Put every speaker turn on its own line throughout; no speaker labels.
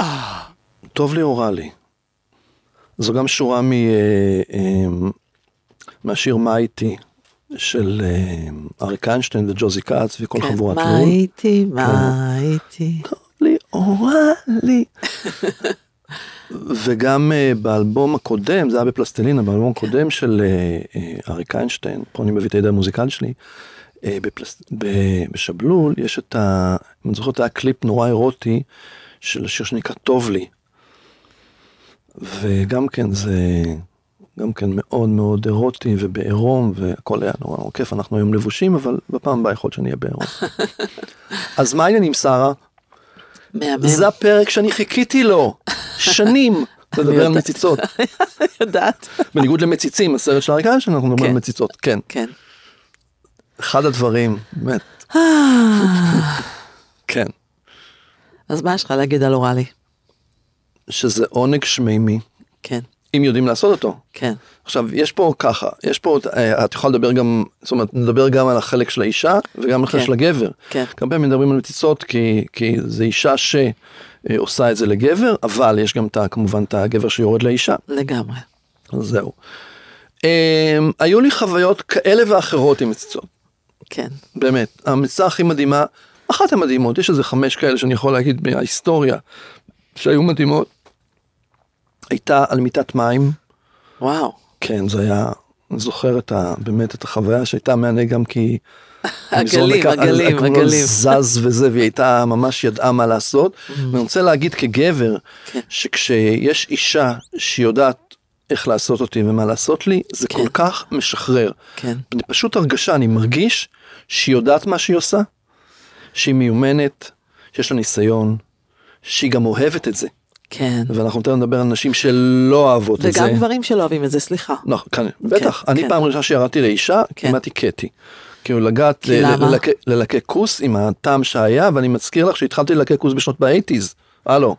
אה, טוב לי או רע לי. זו גם שורה מ... אה, אה, מהשיר מה איתי של אה, אריק איינשטיין וג'וזי כץ וכל
כן,
חבורת
מה
לול.
הייתי, מה הייתי.
לי אוראלי. וגם אה, באלבום הקודם, זה היה בפלסטלינה, באלבום הקודם של אה, אה, אריק איינשטיין, פה אני מביא את הידע המוזיקלי שלי, אה, בפלס... ב... בשבלול יש את ה... אם אני זוכר, היה קליפ נורא אירוטי של השיר שנקרא טוב לי. וגם כן זה, גם כן מאוד מאוד אירוטי ובעירום והכל היה נורא נורא כיף, אנחנו היום לבושים, אבל בפעם הבאה יכול להיות שאני אהיה בעירום. אז מה העניינים שרה?
מהמם.
זה הפרק שאני חיכיתי לו, שנים, לדבר על מציצות.
יודעת.
בניגוד למציצים, הסרט של אריק איינשטיין, אנחנו מדברים
כן.
על מציצות, כן.
כן.
אחד הדברים, באמת, אה. כן.
אז מה יש לך להגיד על אוראלי?
שזה עונג שמימי,
כן,
אם יודעים לעשות אותו.
כן.
עכשיו, יש פה ככה, יש פה, אה, את יכולה לדבר גם, זאת אומרת, נדבר גם על החלק של האישה וגם על החלק
כן.
של הגבר.
כן.
הרבה פעמים מדברים על מציצות כי, כי זה אישה שעושה את זה לגבר, אבל יש גם את ה- כמובן את הגבר שיורד לאישה.
לגמרי.
אז זהו. אמ, היו לי חוויות כאלה ואחרות עם מציצות,
כן.
באמת. המציצה הכי מדהימה, אחת המדהימות, יש איזה חמש כאלה שאני יכול להגיד מההיסטוריה, שהיו מדהימות, הייתה על מיטת מים,
וואו.
כן, זה היה, אני זוכר את ה, באמת את החוויה שהייתה מהנה גם כי... המזרון
הגלים,
לקח-
הגלים,
הקרנון
הגלים. Mm.
זז וזה, והיא הייתה ממש ידעה מה לעשות. ואני רוצה להגיד כגבר,
כן.
שכשיש אישה שיודעת איך לעשות אותי ומה לעשות לי, זה
כן.
כל כך משחרר.
כן.
אני פשוט הרגשה, אני מרגיש שהיא יודעת מה שהיא עושה, שהיא מיומנת, שיש לה ניסיון, שהיא גם אוהבת את זה.
כן.
ואנחנו תכף נדבר על נשים שלא אוהבות את זה.
וגם גברים שלא אוהבים את זה, סליחה.
נכון, כאן, בטח, אני
כן.
פעם ראשונה שירדתי לאישה,
כן.
כמעט הכיתי. כאילו לגעת, ל-
למה?
ללקק- ללקק כוס עם הטעם שהיה, ואני מזכיר לך שהתחלתי ללקק כוס בשנות באייטיז, הלו,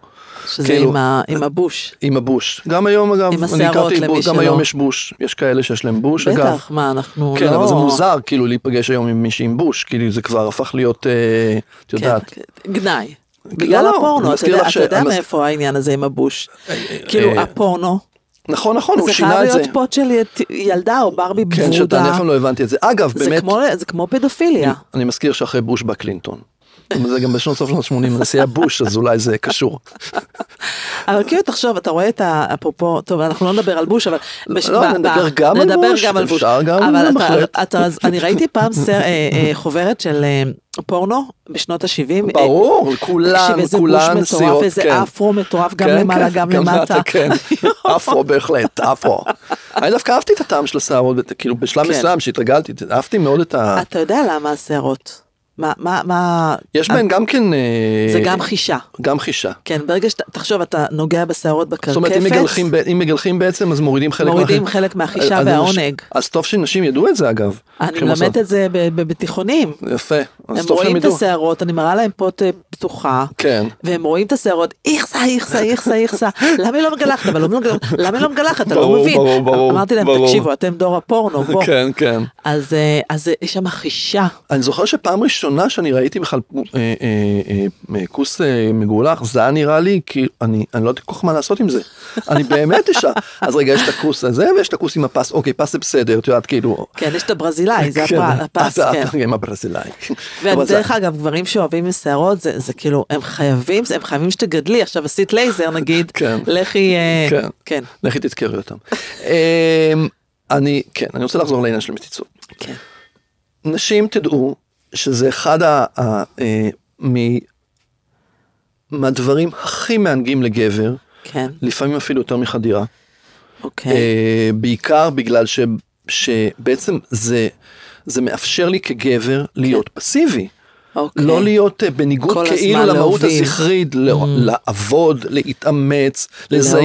שזה
כאילו-
עם ה- עם הבוש.
עם הבוש. גם היום אגב,
עם
אני
השערות,
הכרתי
למי
בוש, גם
שלא.
היום יש בוש, יש כאלה שיש להם בוש, אגב.
בטח, מה, אנחנו לא...
כן, אבל זה מוזר כאילו להיפגש היום עם מישהי עם בוש, כאילו זה כבר הפך להיות, אה, את
כן,
יודעת,
כן, גנאי. בגלל
לא,
הפורנו,
אני
אתה
מזכיר
יודע-
לך ש-
אתה יודע
אני מז-
מאיפה העניין הזה עם הבוש. כאילו,
אה,
הפורנו,
נכון, נכון, הוא
זה חייב
שינה את זה.
להיות פוט של ית- ילדה או ברבי
כן, שאתה, אני אף
ורודה.
פעם לא הבנתי את זה. אגב,
זה
באמת, אה,
כמו- זה כמו פדופיליה.
אני מזכיר שאחרי בוש בא קלינטון. אבל זה גם בשנות סוף שנות 80 הנשיא היה בוש, אז אולי זה קשור.
אבל כאילו תחשוב, אתה רואה את ה... אפרופו, טוב, אנחנו לא נדבר על בוש, אבל... בש-
לא,
ב-
נדבר
ב-
גם על
נדבר
בוש,
גם על בוש.
אפשר גם,
אבל אתה-
בהחלט.
אתה- אז אני ראיתי פעם סר- אה, אה, חוברת של אה, פורנו בשנות ה-70. אה,
ברור, כולן, כולן סיעות, כן.
איזה אפרו מטורף, גם
כן,
למעלה,
כן,
גם למטה.
כן, אפרו בהחלט, אפרו. אני דווקא אהבתי את הטעם של השערות, ואת- כאילו בשלב
כן. אה,
מסוים שהתרגלתי, אהבתי מאוד את ה...
אתה יודע למה השערות? מה, מה, מה...
יש בהן גם כן... אה,
זה גם חישה.
גם חישה.
כן, ברגע שאתה, תחשוב, אתה נוגע בשערות
זאת
בקרקפת,
אומרת, אם מגלחים ב- אם מגלחים בעצם, אז מורידים חלק
מורידים
מהחי-
חלק מהחישה
אז- אז אנשים-
והעונג.
אז טוב שנשים ידעו את זה אגב.
אני
כשהם
מלמדת
עושות-
את זה ב- ב- בתיכונים.
יפה,
הם
אז טוב שהם
רואים את
ידעו.
השערות, אני מראה להם פוט אה, פתוחה.
כן.
והם רואים את השערות, איכסה, איכסה, איכסה, איכסה, למה היא לא מגלחת? אבל לא מגלחת, למה היא לא מגלחת? אתה לא
ברור,
מבין.
ברור, ברור,
אמרתי להם,
ברור.
תקשיבו, אתם דור הפורנו, בוא.
כן, כן.
אז אה, אז, אה, יש שם חישה.
אני זוכר שפעם ראשונה שאני ראיתי בכלל אה, אה, אה, אה, כוס אה, מגולח, זה היה נראה לי, כי אני, אני לא יודעת כל כך מה לעשות עם זה. אני באמת אישה. אז רגע, יש את הכוס הזה ויש את הכוס עם הפס, אוקיי, פס זה בסדר, את יודעת, כאילו...
כן, יש את הברזילאי, זה
כן,
הפ- הפס,
אתה-
כן.
אתה עם הברזילאי. אבל זה-
ודרך אגב, גברים שאוהבים שערות, זה, זה כאילו, הם חייבים, הם חייבים שתגדלי. עכשיו עשית לייזר נגיד,
כן.
לכי, אה,
כן.
כן,
לכי תזכרי אותם. אמ, אני, כן, אני רוצה לחזור לעניין של מציצות.
כן,
נשים תדעו שזה אחד ה, ה, אה, מ, מהדברים הכי מענגים לגבר,
כן,
לפעמים אפילו יותר מחדירה.
אוקיי,
אה, בעיקר בגלל ש, שבעצם זה, זה מאפשר לי כגבר להיות פסיבי.
אוקיי.
לא להיות אה, בניגוד
כן. כל
כאילו
הזמן
למהות
להוביל. Mm.
הזכרית, לא- לעבוד, להתאמץ, לזיין,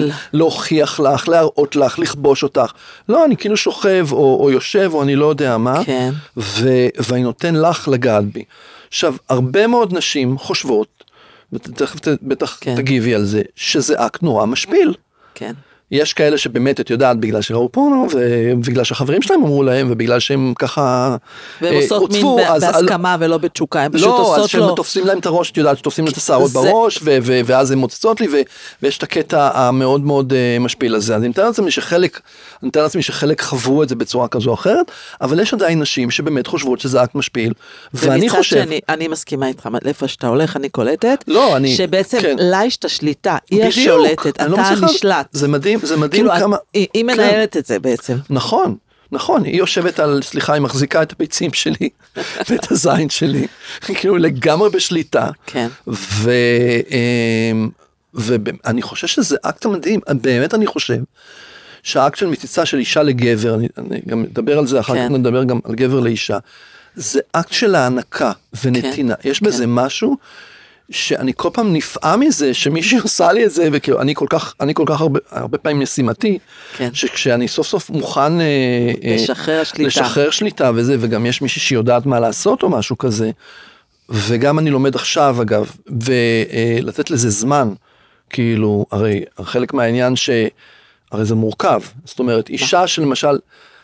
להוביל.
להוכיח לך, להראות לך, לכבוש אותך. לא, אני כאילו שוכב או, או יושב או אני לא יודע מה,
כן.
ו- ואני נותן לך לגעת בי. עכשיו, הרבה מאוד נשים חושבות, ותכף ת- בטח
כן.
תגיבי על זה, שזה אקט נורא משפיל.
כן,
יש כאלה שבאמת את יודעת בגלל שראו פורנו ובגלל שהחברים שלהם אמרו להם ובגלל שהם ככה
והן
אה,
עושות מין
הוצפו,
ב-
אז-
בהסכמה ולא בתשוקה, הן פשוט
לא, אז
עושות
שהם
לו.
תופסים להם את הראש, את יודעת, שתופסים את השערות
זה-
בראש, ו- ו- ואז הן מוצצות לי, ו- ויש את הקטע המאוד מאוד אה, משפיל הזה. אז אני מתאר לעצמי שחלק, אני מתאר לעצמי שחלק חוו את זה בצורה כזו או אחרת, אבל יש עדיין נשים שבאמת חושבות שזה אקט משפיל, ואני
ומצד
חושב,
שני, אני מסכימה איתך, מה- לאיפה שאתה הולך, אני קולטת.
לא, אני-
שבעצם
כן.
לה יש את השליטה, היא
בדיוק,
השולטת,
אני לא
אתה
מצליחה-
הנשלט.
זה מדהים, זה מדהים
כאילו, את-
כמה,
היא היא
כן.
מנהלת את זה בעצם.
נכון, נכון, היא יושבת על, סליחה, היא מחזיקה את הביצים שלי ואת הזין שלי, כאילו לגמרי בשליטה.
כן.
ואני חושב שזה אקט מדהים, באמת אני חושב שהאקט של מציצה של אישה לגבר, אני, אני גם אדבר על זה אחר
כן.
כך, נדבר גם על גבר לאישה, זה אקט של הענקה ונתינה,
כן,
יש בזה משהו. שאני כל פעם נפעם מזה שמישהי עושה לי את זה וכאילו אני כל כך אני כל כך הרבה, הרבה פעמים משימתי
כן.
שכשאני סוף סוף מוכן אה, אה,
לשחרר שליטה.
לשחרר שליטה וזה וגם יש מישהי שיודעת מה לעשות או משהו כזה. וגם אני לומד עכשיו אגב ולתת לזה זמן כאילו הרי חלק מהעניין שהרי זה מורכב זאת
נכון.
אומרת אישה שלמשל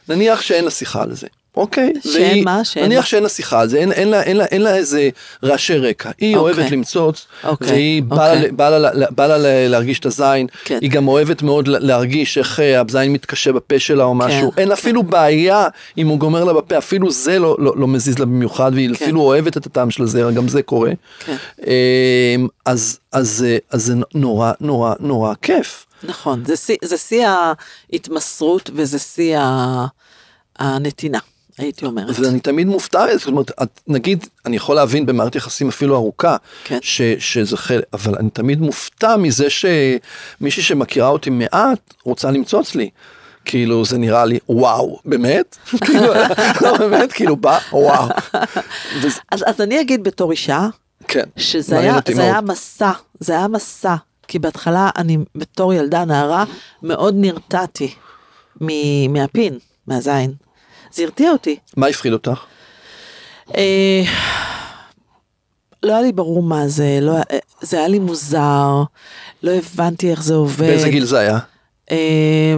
נניח שאין לה שיחה על זה. אוקיי,
שאין
והיא-
מה? שאין
נניח
מה?
שאין לה שיחה על זה, אין, אין, לה, אין, לה, אין לה איזה רעשי רקע, היא
אוקיי.
אוהבת למצוץ,
אוקיי,
והיא בא
אוקיי.
לה- בא לה לה- בא לה לה- להרגיש את הזין,
כן.
היא גם אוהבת מאוד לה- להרגיש איך אה, הזין מתקשה בפה שלה או משהו,
כן.
אין אפילו בעיה אם הוא גומר לה בפה, אפילו זה לא- לא לא מזיז לה במיוחד, והיא
כן.
אפילו אוהבת את הטעם של הזרע, גם זה קורה.
כן.
אמ, אז אז, אה, אז זה נורא נורא נורא כיף.
נכון, זה שיא- זה שיא ההתמסרות וזה שיא ה- הנתינה, הייתי אומרת.
ואני תמיד מופתע, זאת אומרת, את, נגיד, אני יכול להבין במערכת יחסים אפילו ארוכה,
כן.
ש, שזה חלק, אבל אני תמיד מופתע מזה שמישהי שמכירה אותי מעט רוצה למצוץ לי. כאילו זה נראה לי וואו באמת כאילו לא באמת כאילו בא וואו. וזה-
אז אז אני אגיד בתור אישה,
כן.
שזה
מעניין
היה,
אותי
זה
מאוד.
היה מסע, זה היה מסע, כי בהתחלה אני בתור ילדה, נערה, מאוד נרתעתי מ- מהפין, מהזין. זה הרתיע אותי.
מה הפחיד אותך?
אה, לא היה לי ברור מה זה, לא, היה- אה, זה היה לי מוזר, לא הבנתי איך זה עובד.
באיזה גיל זה היה?
אה,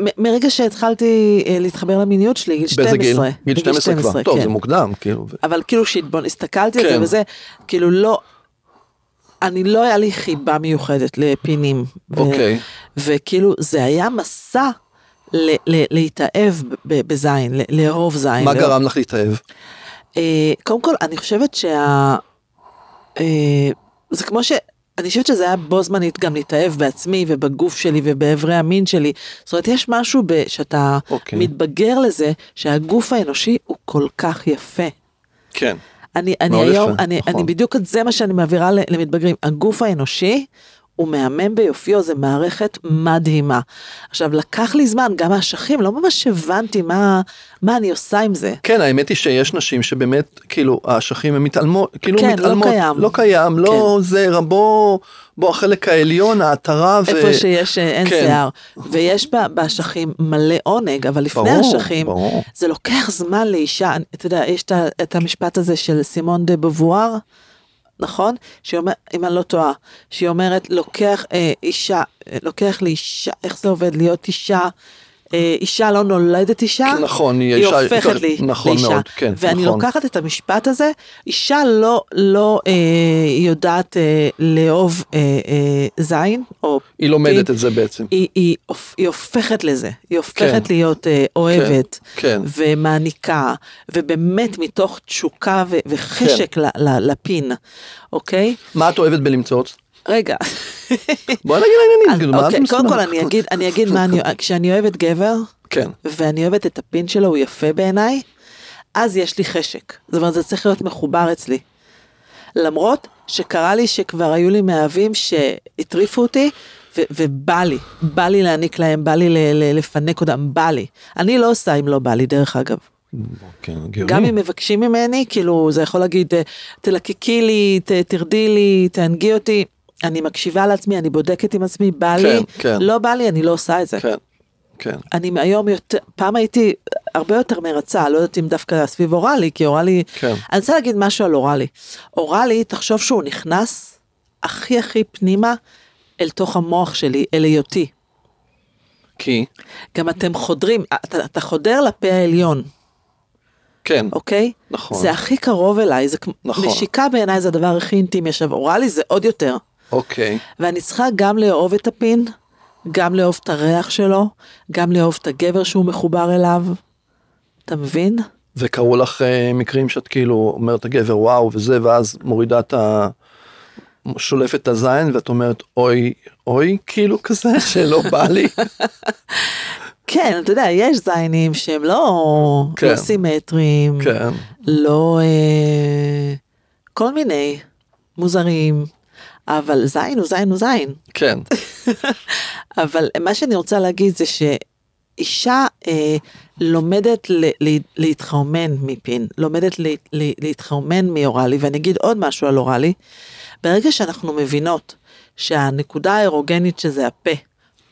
מ- מרגע שהתחלתי אה, להתחבר למיניות שלי, גיל 12.
באיזה גיל? גיל 12 כבר. טוב
כן.
זה מוקדם כאילו. ו-
אבל כאילו שהתבונ... הסתכלתי על זה
כן.
וזה, כאילו לא, אני לא היה לי חיבה מיוחדת לפינים. ו-
אוקיי.
וכאילו זה היה מסע ל- ל- להתאהב ב- בזין, ל- לאהוב זין.
מה
לאהוב-
גרם לך להתאהב?
אה, קודם כל, אני חושבת שה... אה, זה כמו ש... אני חושבת שזה היה בו זמנית גם להתאהב בעצמי ובגוף שלי ובאיברי המין שלי. זאת אומרת, יש משהו ב... שאתה
אוקיי.
מתבגר לזה, שהגוף האנושי הוא כל כך יפה.
כן.
אני, אני
מאוד
היום,
יפה,
אני,
נכון.
אני בדיוק את זה מה שאני מעבירה ל- למתבגרים. הגוף האנושי הוא מהמם ביופיו, זה מערכת מדהימה. עכשיו, לקח לי זמן, גם האשכים, לא ממש הבנתי מה, מה אני עושה עם זה.
כן, האמת היא שיש נשים שבאמת, כאילו, האשכים הן מתעלמות, כאילו
כן, לא
מתעלמות,
קיים. כן.
לא קיים, לא זה, בוא, בוא החלק העליון, העטרה, ו...
איפה שיש אה, אין
כן.
שיער. ויש ב- באשכים מלא עונג, אבל לפני
ברור,
האשכים,
ברור.
זה לוקח זמן לאישה, אני- אתה יודע, יש את ה- את המשפט הזה של סימון דה בבואר, נכון? שאומר, אם אני לא טועה, שהיא אומרת, לוקח אה, אישה, אה, לוקח לאישה, איך זה עובד להיות אישה? אה, אישה לא נולדת אישה,
נכון, היא
היא
אישה-
הופכת לי
נכון
לאישה.
מאוד, כן,
ואני
נכון.
לוקחת את המשפט הזה, אישה לא, לא אה, יודעת אה, לאהוב אה, אה, זין, או
היא לומדת את זה בעצם.
היא, היא, הופ- היא הופכת לזה, היא הופכת
כן.
להיות אה, אוהבת,
כן.
ומעניקה, ובאמת מתוך תשוקה ו- וחשק
כן.
ל- ל- לפין, אוקיי?
מה את אוהבת בלמצוץ?
רגע,
בואי נגיד לעניינים,
אז,
כאילו, מה את
אוקיי,
מסתכלת?
קודם כל אני אגיד, אני אגיד מה אני, כשאני אוהבת גבר,
כן,
ואני אוהבת את הפין שלו, הוא יפה בעיניי, אז יש לי חשק. זאת אומרת, זה צריך להיות מחובר אצלי. למרות שקרה לי שכבר היו לי מאהבים שהטריפו אותי, ו- ובא לי, בא לי להעניק להם, בא לי ל- ל- לפנק אותם, בא לי. אני לא עושה אם לא בא לי, דרך אגב.
כן, הגיוני.
גם אם מבקשים ממני, כאילו, זה יכול להגיד, אה, תלקקי לי, ת- תרדי לי, תהנגי אותי. אני מקשיבה לעצמי, אני בודקת עם עצמי, בא
כן,
לי,
כן.
לא בא לי, אני לא עושה את זה.
כן, כן.
אני היום יותר, פעם הייתי הרבה יותר מרצה, לא יודעת אם דווקא סביב אוראלי, כי אוראלי,
כן.
אני רוצה להגיד משהו על אוראלי. אוראלי, תחשוב שהוא נכנס הכי הכי פנימה אל תוך המוח שלי, אל היותי.
כי,
גם אתם חודרים, אתה, אתה חודר לפה העליון,
כן,
אוקיי?
נכון.
זה הכי קרוב אליי, זה כמו,
נכון.
נשיקה בעיניי זה הדבר הכי אינטימי. עכשיו, אוראלי זה עוד יותר.
אוקיי.
ואני צריכה גם לאהוב את הפין, גם לאהוב את הריח שלו, גם לאהוב את הגבר שהוא מחובר אליו. אתה מבין?
וקרו לך אה, מקרים שאת כאילו אומרת הגבר וואו וזה, ואז מורידה את ה... שולפת את הזין ואת אומרת אוי אוי כאילו כזה שלא בא לי
כן, אתה יודע, יש זיינים שהם לא,
כן.
לא סימטריים,
כן
לא אה, כל מיני מוזרים, אבל זין הוא זין הוא זין.
כן
אבל מה שאני רוצה להגיד זה שאישה אה, לומדת ל- ל- להתחרמן מפין, לומדת ל- ל- להתחרמן מאוראלי, ואני אגיד עוד משהו על אוראלי, ברגע שאנחנו מבינות שהנקודה האירוגנית שזה הפה,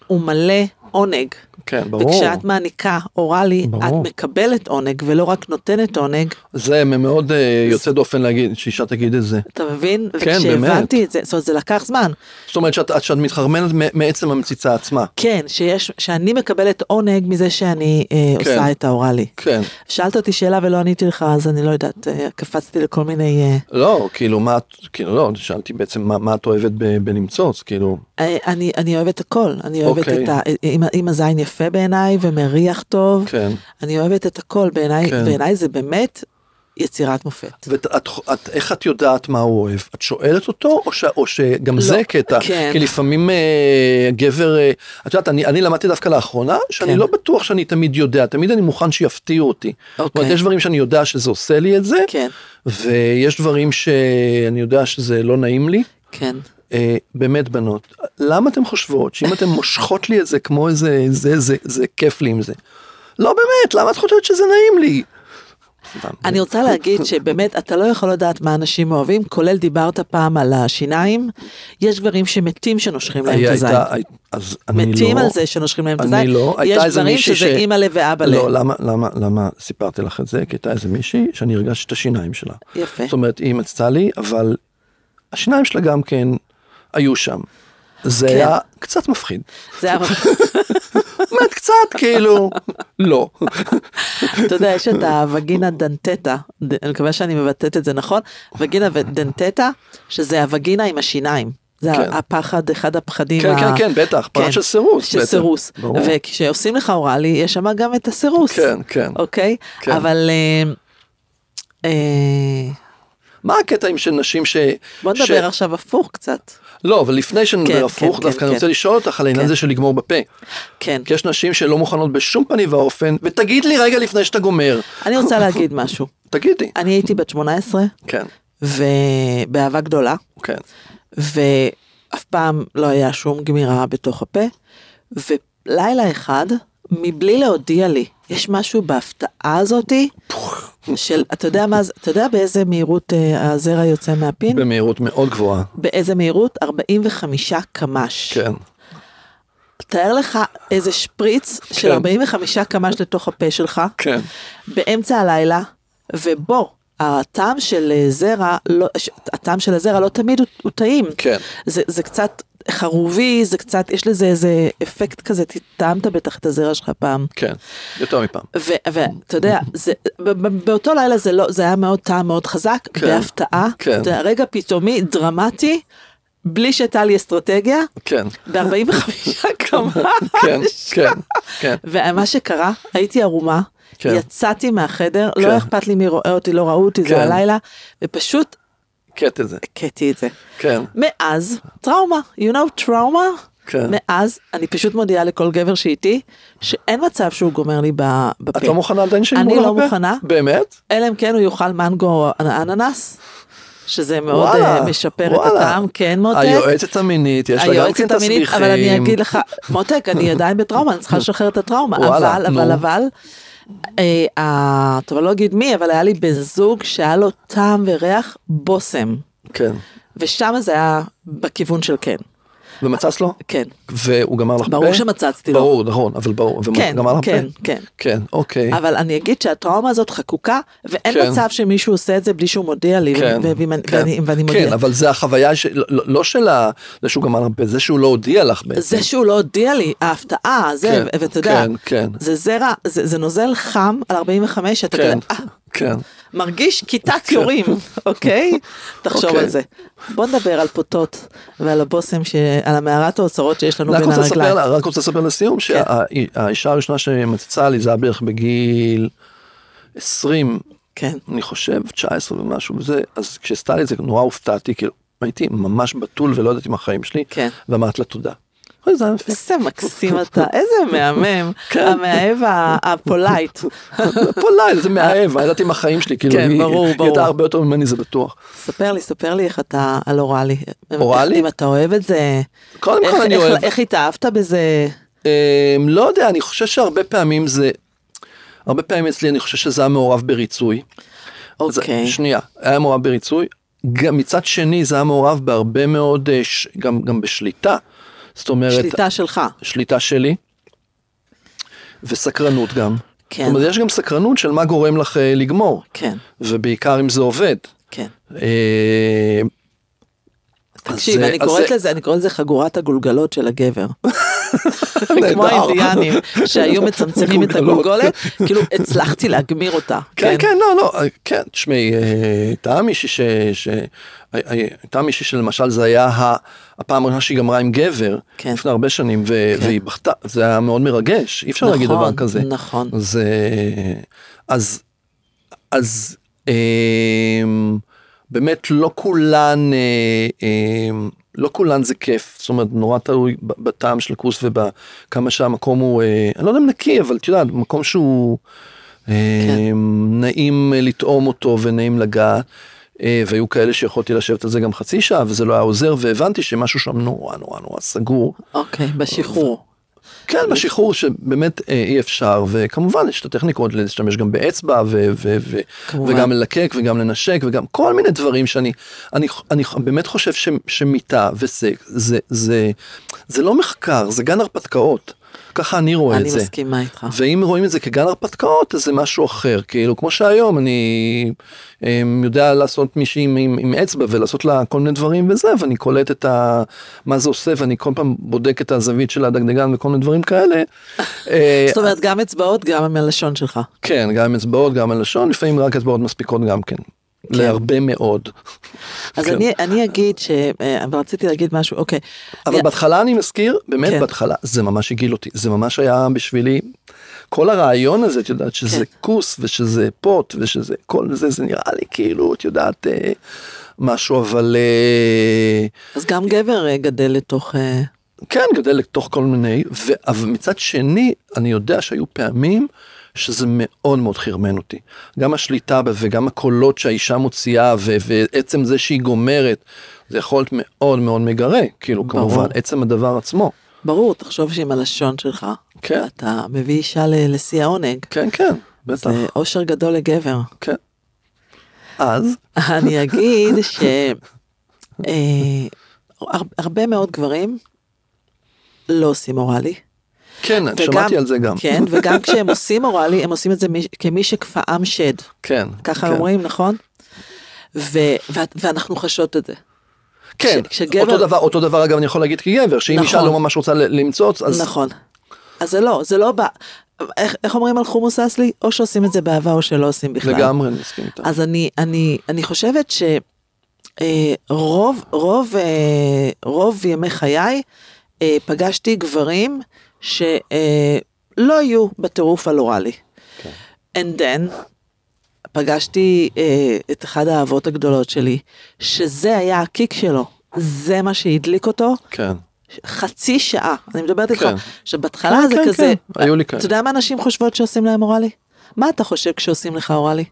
הוא מלא עונג,
כן ברור
וכשאת מעניקה אוראלי,
ברור.
את מקבלת עונג ולא רק נותנת עונג,
זה מאוד אה, יוצא דופן להגיד שאישה תגיד את זה
אתה מבין?
כן,
וכשהבנתי את זה, זאת אומרת זה לקח זמן,
זאת אומרת שאת, שאת מתחרמנת מ- מעצם המציצה עצמה
כן, שיש, שאני מקבלת עונג מזה שאני אה,
כן.
עושה את האוראלי.
כן
שאלת אותי שאלה ולא עניתי לך, אז אני לא יודעת, אה, קפצתי לכל מיני... אה,
לא כאילו מה את כאילו לא שאלתי בעצם מה, מה את אוהבת ב- בלמצוץ כאילו
אה, אני, אני אוהבת הכל, אני אוהבת
אוקיי.
את ה... אה, אם, אם הזין יפה בעיניי ומריח טוב,
כן
אני אוהבת את הכל, בעיניי
כן.
בעיניי זה באמת יצירת מופת.
ואת, את, את, איך את יודעת מה הוא אוהב? את שואלת אותו או, ש, או שגם
לא,
זה קטע?
כן.
כי לפעמים אה, גבר, אה, את יודעת, אני, אני למדתי דווקא לאחרונה שאני
כן.
לא בטוח שאני תמיד יודע, תמיד אני מוכן שיפתיעו אותי. זאת אומרת,
אוקיי.
יש דברים שאני יודע שזה עושה לי את זה,
כן,
ויש דברים שאני יודע שזה לא נעים לי.
כן.
אה, באמת בנות, למה אתם חושבות שאם אתן מושכות לי את זה כמו איזה, זה, זה, זה כיף לי עם זה? לא באמת, למה את חושבת שזה נעים לי?
אני רוצה להגיד שבאמת אתה לא יכול לדעת מה אנשים אוהבים, כולל דיברת פעם על השיניים. יש גברים שמתים שנושכים להם את
היה-
הזין.
הייתה- הי- אז אני
מתים
לא-
על זה שנושכים להם את
אני
הזין.
לא, הייתה
יש
איזה
גברים
מישהי
שזה
ש-
אימא'לה ואבא'לה.
לא, למה, למה, למה סיפרתי לך את זה? כי הייתה איזה מישהי שאני הרגשתי את השיניים שלה.
יפה.
זאת אומרת, היא מצאה לי, אבל השיניים שלה גם כן היו שם. זה
כן.
היה קצת מפחיד.
זה היה...
זאת אומרת, קצת כאילו, לא.
אתה יודע, יש את הווגינה דנטטה, ד- אני מקווה שאני מבטאת את זה נכון, ווגינה ודנטטה, שזה הווגינה עם השיניים. זה
כן.
הפחד, אחד הפחדים.
כן,
ה-
כן, כן, בטח, פרט של סירוס.
של
בעצם.
סירוס.
ברור.
וכשעושים לך אוראלי, יש שם גם את הסירוס.
כן, כן.
אוקיי?
כן.
אבל... אה, אה,
מה הקטע עם של נשים ש...
בוא
ש-
נדבר עכשיו הפוך קצת.
לא, אבל לפני
כן, כן,
שנדבר הפוך,
כן,
דווקא אני
כן.
רוצה לשאול אותך על העניין
כן.
הזה של לגמור בפה.
כן.
כי יש נשים שלא מוכנות בשום פנים ואופן, ותגיד לי רגע לפני שאתה גומר,
אני רוצה להגיד משהו.
תגידי.
אני הייתי בת 18,
כן,
ובאהבה גדולה,
כן.
ואף פעם לא היה שום גמירה בתוך הפה, ולילה אחד, מבלי להודיע לי, יש משהו בהפתעה הזאתי, של, אתה יודע מה זה, אתה יודע באיזה מהירות אה, הזרע יוצא מהפין?
במהירות מאוד גבוהה.
באיזה מהירות? 45 קמ"ש.
כן.
תאר לך איזה שפריץ של
כן.
45 קמ"ש לתוך הפה שלך,
כן.
באמצע הלילה, ובו, הטעם של אה, זרע, לא, ש- הטעם של הזרע לא תמיד הוא, הוא טעים.
כן.
זה, זה קצת חרובי, זה קצת, יש לזה איזה אפקט כזה, ת- טעמת בטח את הזרע שלך פעם.
כן, יותר מפעם.
ו- ואתה יודע, זה, ב- ב- באותו לילה זה לא, זה היה מאוד טעם מאוד חזק,
כן.
בהפתעה,
כן.
אתה יודע, רגע פתאומי, דרמטי, בלי שהייתה לי אסטרטגיה,
כן,
ב-45
כן,
קמ"ש.
כן, כן.
ומה שקרה, הייתי ערומה,
כן.
יצאתי מהחדר, לא
כן.
היה אכפת לי מי רואה אותי, לא ראו אותי,
כן.
זה הלילה, ופשוט
קטע זה.
הכיתי את זה.
כן,
מאז, טראומה, you know טראומה?
כן.
מאז, אני פשוט מודיעה לכל גבר שאיתי, שאין מצב שהוא גומר לי ב- בפה.
את לא מוכנה עדיין שיגמרו
אני
לך
לא
בפה?
מוכנה.
באמת?
אלא אם כן הוא יאכל מנגו או אננס, שזה מאוד
וואלה,
אה, משפר את
וואלה.
הטעם, כן מותק.
היועצת המינית, יש לה גם כן
היועצת המינית, אבל אני
תסביכים.
אגיד לך, מותק, אני עדיין בטראומה, אני צריכה לשחרר את הטראומה,
וואלה,
אבל, אבל,
נו.
אבל, אה, אה, טוב, אני לא אגיד מי, אבל היה לי בן זוג שהיה לו טעם וריח בושם,
כן,
ושם זה היה בכיוון של כן.
ומצץ לו?
כן.
והוא גמר לך
ברור שמצצתי לו.
ברור, נכון, אבל ברור.
כן,
וגמר לך
כן,
פה?
כן.
כן, אוקיי.
אבל אני אגיד שהטראומה הזאת חקוקה, ואין
כן.
מצב שמישהו עושה את זה בלי שהוא מודיע לי,
כן,
ו- ו-
כן.
ואני ואני
כן,
מודיע.
אבל זה החוויה, של- לא- לא של ה- זה שהוא גמר לך פה, זה שהוא לא הודיע לך בעצם.
זה שהוא לא הודיע לי, ההפתעה, זה,
כן,
ו- ואתה יודע,
כן, כן.
זה זרע, זה זה נוזל חם על 45, שאתה
כן,
כזה, "אה,
כן.
מרגיש כיתת יורים, אוקיי? תחשוב
אוקיי.
על זה. בוא נדבר על פוטות ועל הבושם, ש- על המערת האוצרות שיש לנו
רק
לא בין
רוצה לספר,
הרגליים. כן.
לה- רק רוצה לספר לסיום שהאישה הראשונה שמצצה לי זה היה בערך בגיל 20,
כן,
אני חושב, 19 ומשהו וזה, אז כשעשתה לי את זה נורא הופתעתי, כאילו הייתי ממש בתול ולא ידעתי מה החיים שלי,
כן.
ואמרת לה תודה. אוי, זה היה יפה.
איזה מקסים אתה, איזה מהמם,
כן.
המאהב ה- הפולייט.
פה לילה, זה מאהב, ידעתי מה החיים שלי, כאילו,
כן,
היא-
ברור,
היא
ברור.
ידעה הרבה יותר ממני, זה בטוח.
ספר לי, ספר לי איך אתה על אוראלי.
אוראלי?
אם אתה אוהב את זה.
קודם כל
איך-
אני
איך-
אוהב.
איך התאהבת בזה?
אמ, לא יודע, אני חושב שהרבה פעמים זה, הרבה פעמים אצלי אני חושב שזה היה מעורב בריצוי. אז
אוקיי.
שנייה, היה מעורב בריצוי. גם מצד שני זה היה מעורב בהרבה מאוד, אה, ש- גם, גם בשליטה. זאת אומרת,
שליטה שלך.
שליטה שלי. וסקרנות גם.
כן.
זאת אומרת, יש גם סקרנות של מה גורם לך אה, לגמור.
כן,
ובעיקר אם זה עובד.
כן.
אה,
תקשיב,
זה-
אני
אז
קוראת
זה-
לזה, אני קוראת לזה חגורת הגולגלות של הגבר.
נהדר.
כמו האינדיאנים שהיו מצמצמים את
הגולגלות.
הגולגולת, כאילו הצלחתי להגמיר אותה.
כן, כן, לא, לא, אה, כן, תשמעי, אה, הייתה מישהי ש... ש... אה, הי- הי- הייתה מישהי שלמשל זה היה ה- הפעם הראשונה שהיא גמרה עם גבר,
כן.
לפני הרבה שנים, ו...
כן.
והיא בכתה, זה היה מאוד מרגש, אי אפשר
נכון,
להגיד דבר כזה.
נכון.
זה... אה, אז... אז... אה, באמת לא כולן, אה, אה, לא כולן זה כיף, זאת אומרת נורא תלוי ב- בטעם של הכוס ובכמה שהמקום הוא, אה, אני לא יודע אם נקי, אבל את יודעת, מקום שהוא...
כן.
אמ, נעים אה, לטעום אותו ונעים לגעת. אה, והיו כאלה שיכולתי לשבת על זה גם חצי שעה וזה לא היה עוזר והבנתי שמשהו שם נורא נורא נורא סגור.
אוקיי, בשחרור.
כן, בשחרור שבאמת אה, אי אפשר וכמובן יש את הטכניקות להשתמש גם באצבע ו- ו- ו-
כמובן.
וגם ללקק וגם לנשק וגם כל מיני דברים שאני אני, אני באמת חושב ש- שמיטה וסק זה, זה, זה לא מחקר זה גן הרפתקאות. ככה אני רואה
אני
את זה.
מסכימה איתך.
ואם רואים את זה כגן הרפתקאות אז זה משהו אחר כאילו כמו שהיום אני אמ, יודע לעשות מישהי עם, עם, עם אצבע ולעשות לה כל מיני דברים וזה ואני קולט את ה, מה זה עושה ואני כל פעם בודק את הזווית של הדגדגן וכל מיני דברים כאלה. אה,
זאת אומרת, גם אצבעות, גם עם הלשון שלך.
כן גם עם אצבעות גם עם לשון לפעמים רק אצבעות מספיקות גם כן. להרבה מאוד.
אז
כן.
אני- אני אגיד ש... אה, אבל רציתי להגיד משהו, אוקיי.
אבל בהתחלה אני מזכיר, באמת
כן.
בהתחלה, זה ממש הגעיל אותי, זה ממש היה בשבילי, כל הרעיון הזה, את יודעת, שזה
כן.
כוס ושזה פוט ושזה כל זה, זה נראה לי כאילו, את יודעת, אה, משהו, אבל אה,
אז גם גבר אה, גדל לתוך... אה,
כן, גדל לתוך כל מיני, ו- אבל מצד שני, אני יודע שהיו פעמים שזה מאוד מאוד חרמן אותי. גם השליטה בה וגם הקולות שהאישה מוציאה, ו- ועצם זה שהיא גומרת, זה יכול להיות מאוד מאוד מגרה, כאילו,
ברור.
כמובן, עצם הדבר עצמו.
ברור, תחשוב שעם הלשון שלך,
כן.
אתה מביא אישה ל- לשיא העונג.
כן, כן, בטח.
זה אושר גדול לגבר.
כן. אז?
אני אגיד ש... אה, הר- הרבה מאוד גברים לא עושים אוראלי.
כן,
וגם-
שמעתי על זה גם.
כן, וגם כשהם עושים אוראלי, הם עושים את זה מי- כמי שכפאם שד.
כן.
ככה
כן.
אומרים, נכון? ו- ו- ואנחנו חשות את זה.
כן,
כש- כשגבר-
אותו דבר, אותו דבר אגב אני יכול להגיד כגבר, שאם
נכון.
אישה לא ממש רוצה ל- למצוץ, אז...
נכון. אז זה לא, זה לא בא... איך, איך אומרים על חומוס אסלי? או שעושים את זה באהבה או שלא עושים בכלל.
לגמרי, אני מסכים איתך.
אז אני, אני, אני חושבת ש... אה, רוב, רוב, אה, רוב ימי חיי אה, פגשתי גברים שלא אה, לא היו בטירוף על אוראלי.
כן.
And then פגשתי אה, את אחד האהבות הגדולות שלי, שזה היה הקיק שלו, זה מה שהדליק אותו
כן.
חצי שעה. אני מדברת איתך,
כן.
שבהתחלה
כן,
זה
כן,
כזה,
כן. היו לי כאלה.
אתה יודע מה נשים חושבות שעושים להם אוראלי? מה אתה חושב כשעושים לך אוראלי?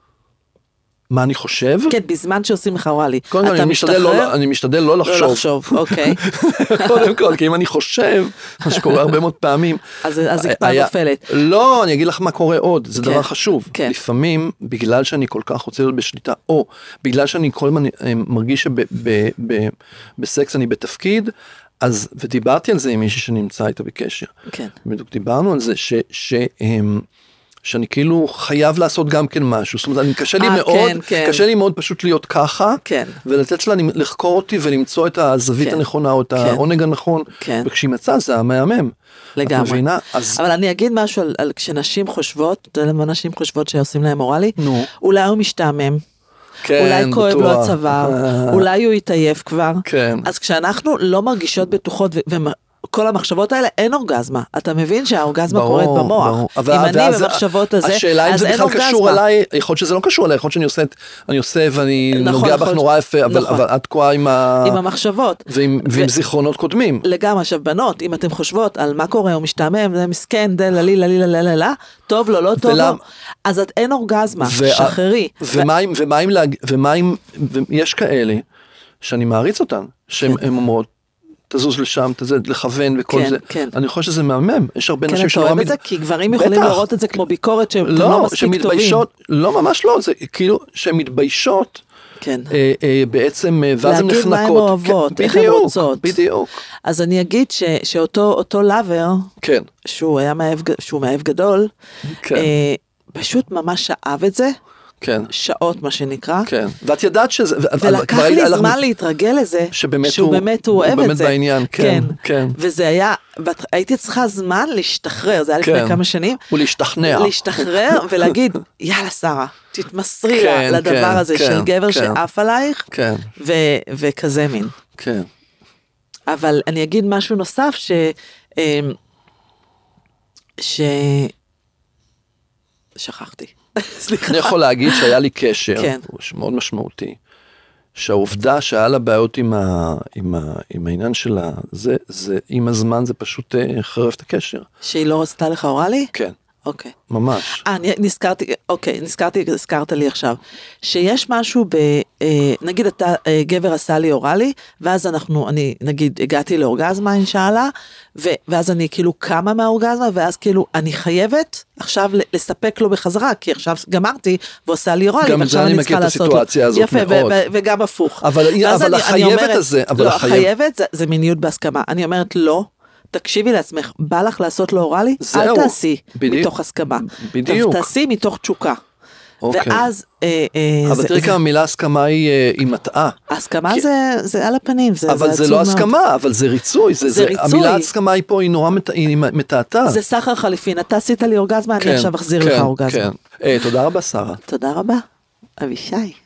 מה אני חושב?
כן, בזמן שעושים לך אוראלי.
קודם כל,
אתה
אני משתדל לא-
משתחרר?
אני משתדל לא
לא
לחשוב.
לחשוב, אוקיי.
קודם כל, כי אם אני חושב, מה שקורה הרבה מאוד פעמים.
אז- אז הקפה
היה-
נופלת.
לא, אני אגיד לך מה קורה עוד, זה
כן,
דבר חשוב.
כן.
לפעמים, בגלל שאני כל כך רוצה להיות בשליטה, או בגלל שאני כל הזמן אה, מרגיש שבסקס אני בתפקיד, אז, ודיברתי על זה עם מישהי שנמצא איתה בקשר.
כן.
בדיוק דיברנו על זה, ש, ש, אמ, שאני כאילו חייב לעשות גם כן משהו. זאת אומרת, אני- קשה לי
אה,
מאוד,
כן, כן.
קשה לי מאוד פשוט להיות ככה,
כן.
ולתת שלה למ- לחקור אותי ולמצוא את הזווית
כן.
הנכונה או את
כן.
העונג הנכון.
כן.
וכשהיא מצאה זה היה מהמם. את
לגמרי.
מבינה? אז
אבל אני אגיד משהו על, על כשנשים חושות, אתה יודע למה נשים חושבות שעושים להם אוראלי?
נו.
אולי הוא משתעמם,
כן,
אולי כואב לו
בטוח.
הצוואר,
אה,
אולי הוא התעייף כבר.
כן.
אז כשאנחנו לא מרגישות בטוחות וכל המחשבות האלה, אין אורגזמה. אתה מבין שהאורגזמה
ברור,
קורית במוח.
ברור.
אם אני
ואז
במחשבות הזה,
השאלה אם
אז
זה
אין
בכלל
אורגזמה.
קשור אליי, יכול להיות שזה לא קשור אליי, יכול להיות שאני עושה, את- אני עושה ואני
נכון,
נוגע בך
נכון.
נורא יפה, אבל,
נכון.
אבל את תקועה עם, ה...
עם המחשבות.
ועם, ועם
ו-
זיכרונות קודמים.
לגמרי, עכשיו בנות, אם אתן חושבות על מה קורה, הוא משתעמם, זה מסכן, זה ללי, ללי, ללי, ללי, ללי, טוב לו, לא טוב לו,
ולמה-
אז את אין אורגזמה,
וה-
שחררי.
ומה אם, ומה אם, להג... ומה אם, ויש כאלה שאני מעריץ אותן, שהן הן אומרות, תזוז לשם, תזה, לכוון וכל
כן,
זה.
כן.
אני חושב שזה מהמם, יש הרבה
כן,
נשים
אתה אוהב
מת-
את זה? כי גברים יכולים
בטח.
לראות את זה כמו ביקורת שהם לא
לא,
מספיק טובים.
שמתביישות, לא ממש לא, זה כאילו שהן מתביישות
כן.
אה, אה, בעצם, אה, ואז הן
להגיד
נחנקות.
מה הן אוהבות,
כן,
איך הן
בדיוק,
רוצות.
בדיוק,
אז אני אגיד ש, שאותו אותו לאבר,
כן,
שהוא היה מאהב, ג- שהוא מאהב גדול,
כן.
אה, פשוט ממש שאב את זה,
כן,
שעות מה שנקרא,
כן. ואת ידעת שזה... ו-
ולקח
כבר
לי
היה לך-
זמן להתרגל לזה,
שבאמת
שהוא
הוא-
באמת
הוא
הוא אוהב
באמת
את זה.
בעניין, כן, כן.
וזה היה, בת- הייתי צריכה זמן להשתחרר, זה היה לפני
כן.
כמה שנים,
ולהשתכנע.
להשתחרר ולהגיד, יאללה שרה, תתמסרי
כן,
לדבר
כן,
הזה
כן,
של גבר
כן.
שעף עלייך,
כן,
ו- וכזה מין.
כן.
אבל אני אגיד משהו נוסף ש... אמ, ש... שכחתי. סליחה.
אני יכול להגיד שהיה לי קשר,
כן.
שהוא מאוד משמעותי, שהעובדה שהיה לה בעיות עם, ה, עם, ה, עם העניין שלה, זה, זה, עם הזמן זה פשוט אה, חרב את הקשר.
שהיא לא עשתה לך אוראלי?
כן,
אוקיי.
ממש.
אה, אני נזכרתי, אוקיי, נזכרתי, הזכרת לי עכשיו, שיש משהו ב... אה, נגיד אתה, אה, גבר עשה לי אוראלי, ואז אנחנו, אני, נגיד, הגעתי לאורגזמה, אינשאללה, ו- ואז אני כאילו קמה מהאורגזמה, ואז כאילו, אני חייבת עכשיו ל- לספק לו בחזרה, כי עכשיו גמרתי, ועושה לי אוראלי,
גם
ועכשיו
זה אני
אני
מכיר
צריכה
את
לעשות לו.
הסיטואציה הזאת
יפה, ו-
מאוד.
ו- וגם הפוך.
אבל-
ואז
אבל
אני- אני
החייבת
אומרת-
הזה, אבל
לא,
החייבת-
החייבת זה- זה מיניות בהסכמה. אני אומרת, לא. תקשיבי לעצמך, בא לך לעשות לו אוראלי?
זהו.
אל תעשי
בדיוק.
מתוך הסכמה.
בדיוק.
ת- תעשי מתוך תשוקה.
אוקיי.
ואז, אה, אה,
אבל
זה-
תראי
זה-
כמה מילה הסכמה היא, אה, היא מטעה.
הסכמה
כי-
זה, זה על הפנים, זה
אבל זה
עצוב
לא
מאוד.
הסכמה, אבל זה ריצוי. זה,
זה
זה,
ריצוי.
המילה הסכמה היא פה היא נורא מת- היא מתעתעת.
זה סחר חליפין, אתה
כן,
כן, עשית לי אורגזמה, אני עכשיו אחזיר לך אורגזמה.
אה, תודה רבה שרה.
תודה רבה, אבישי.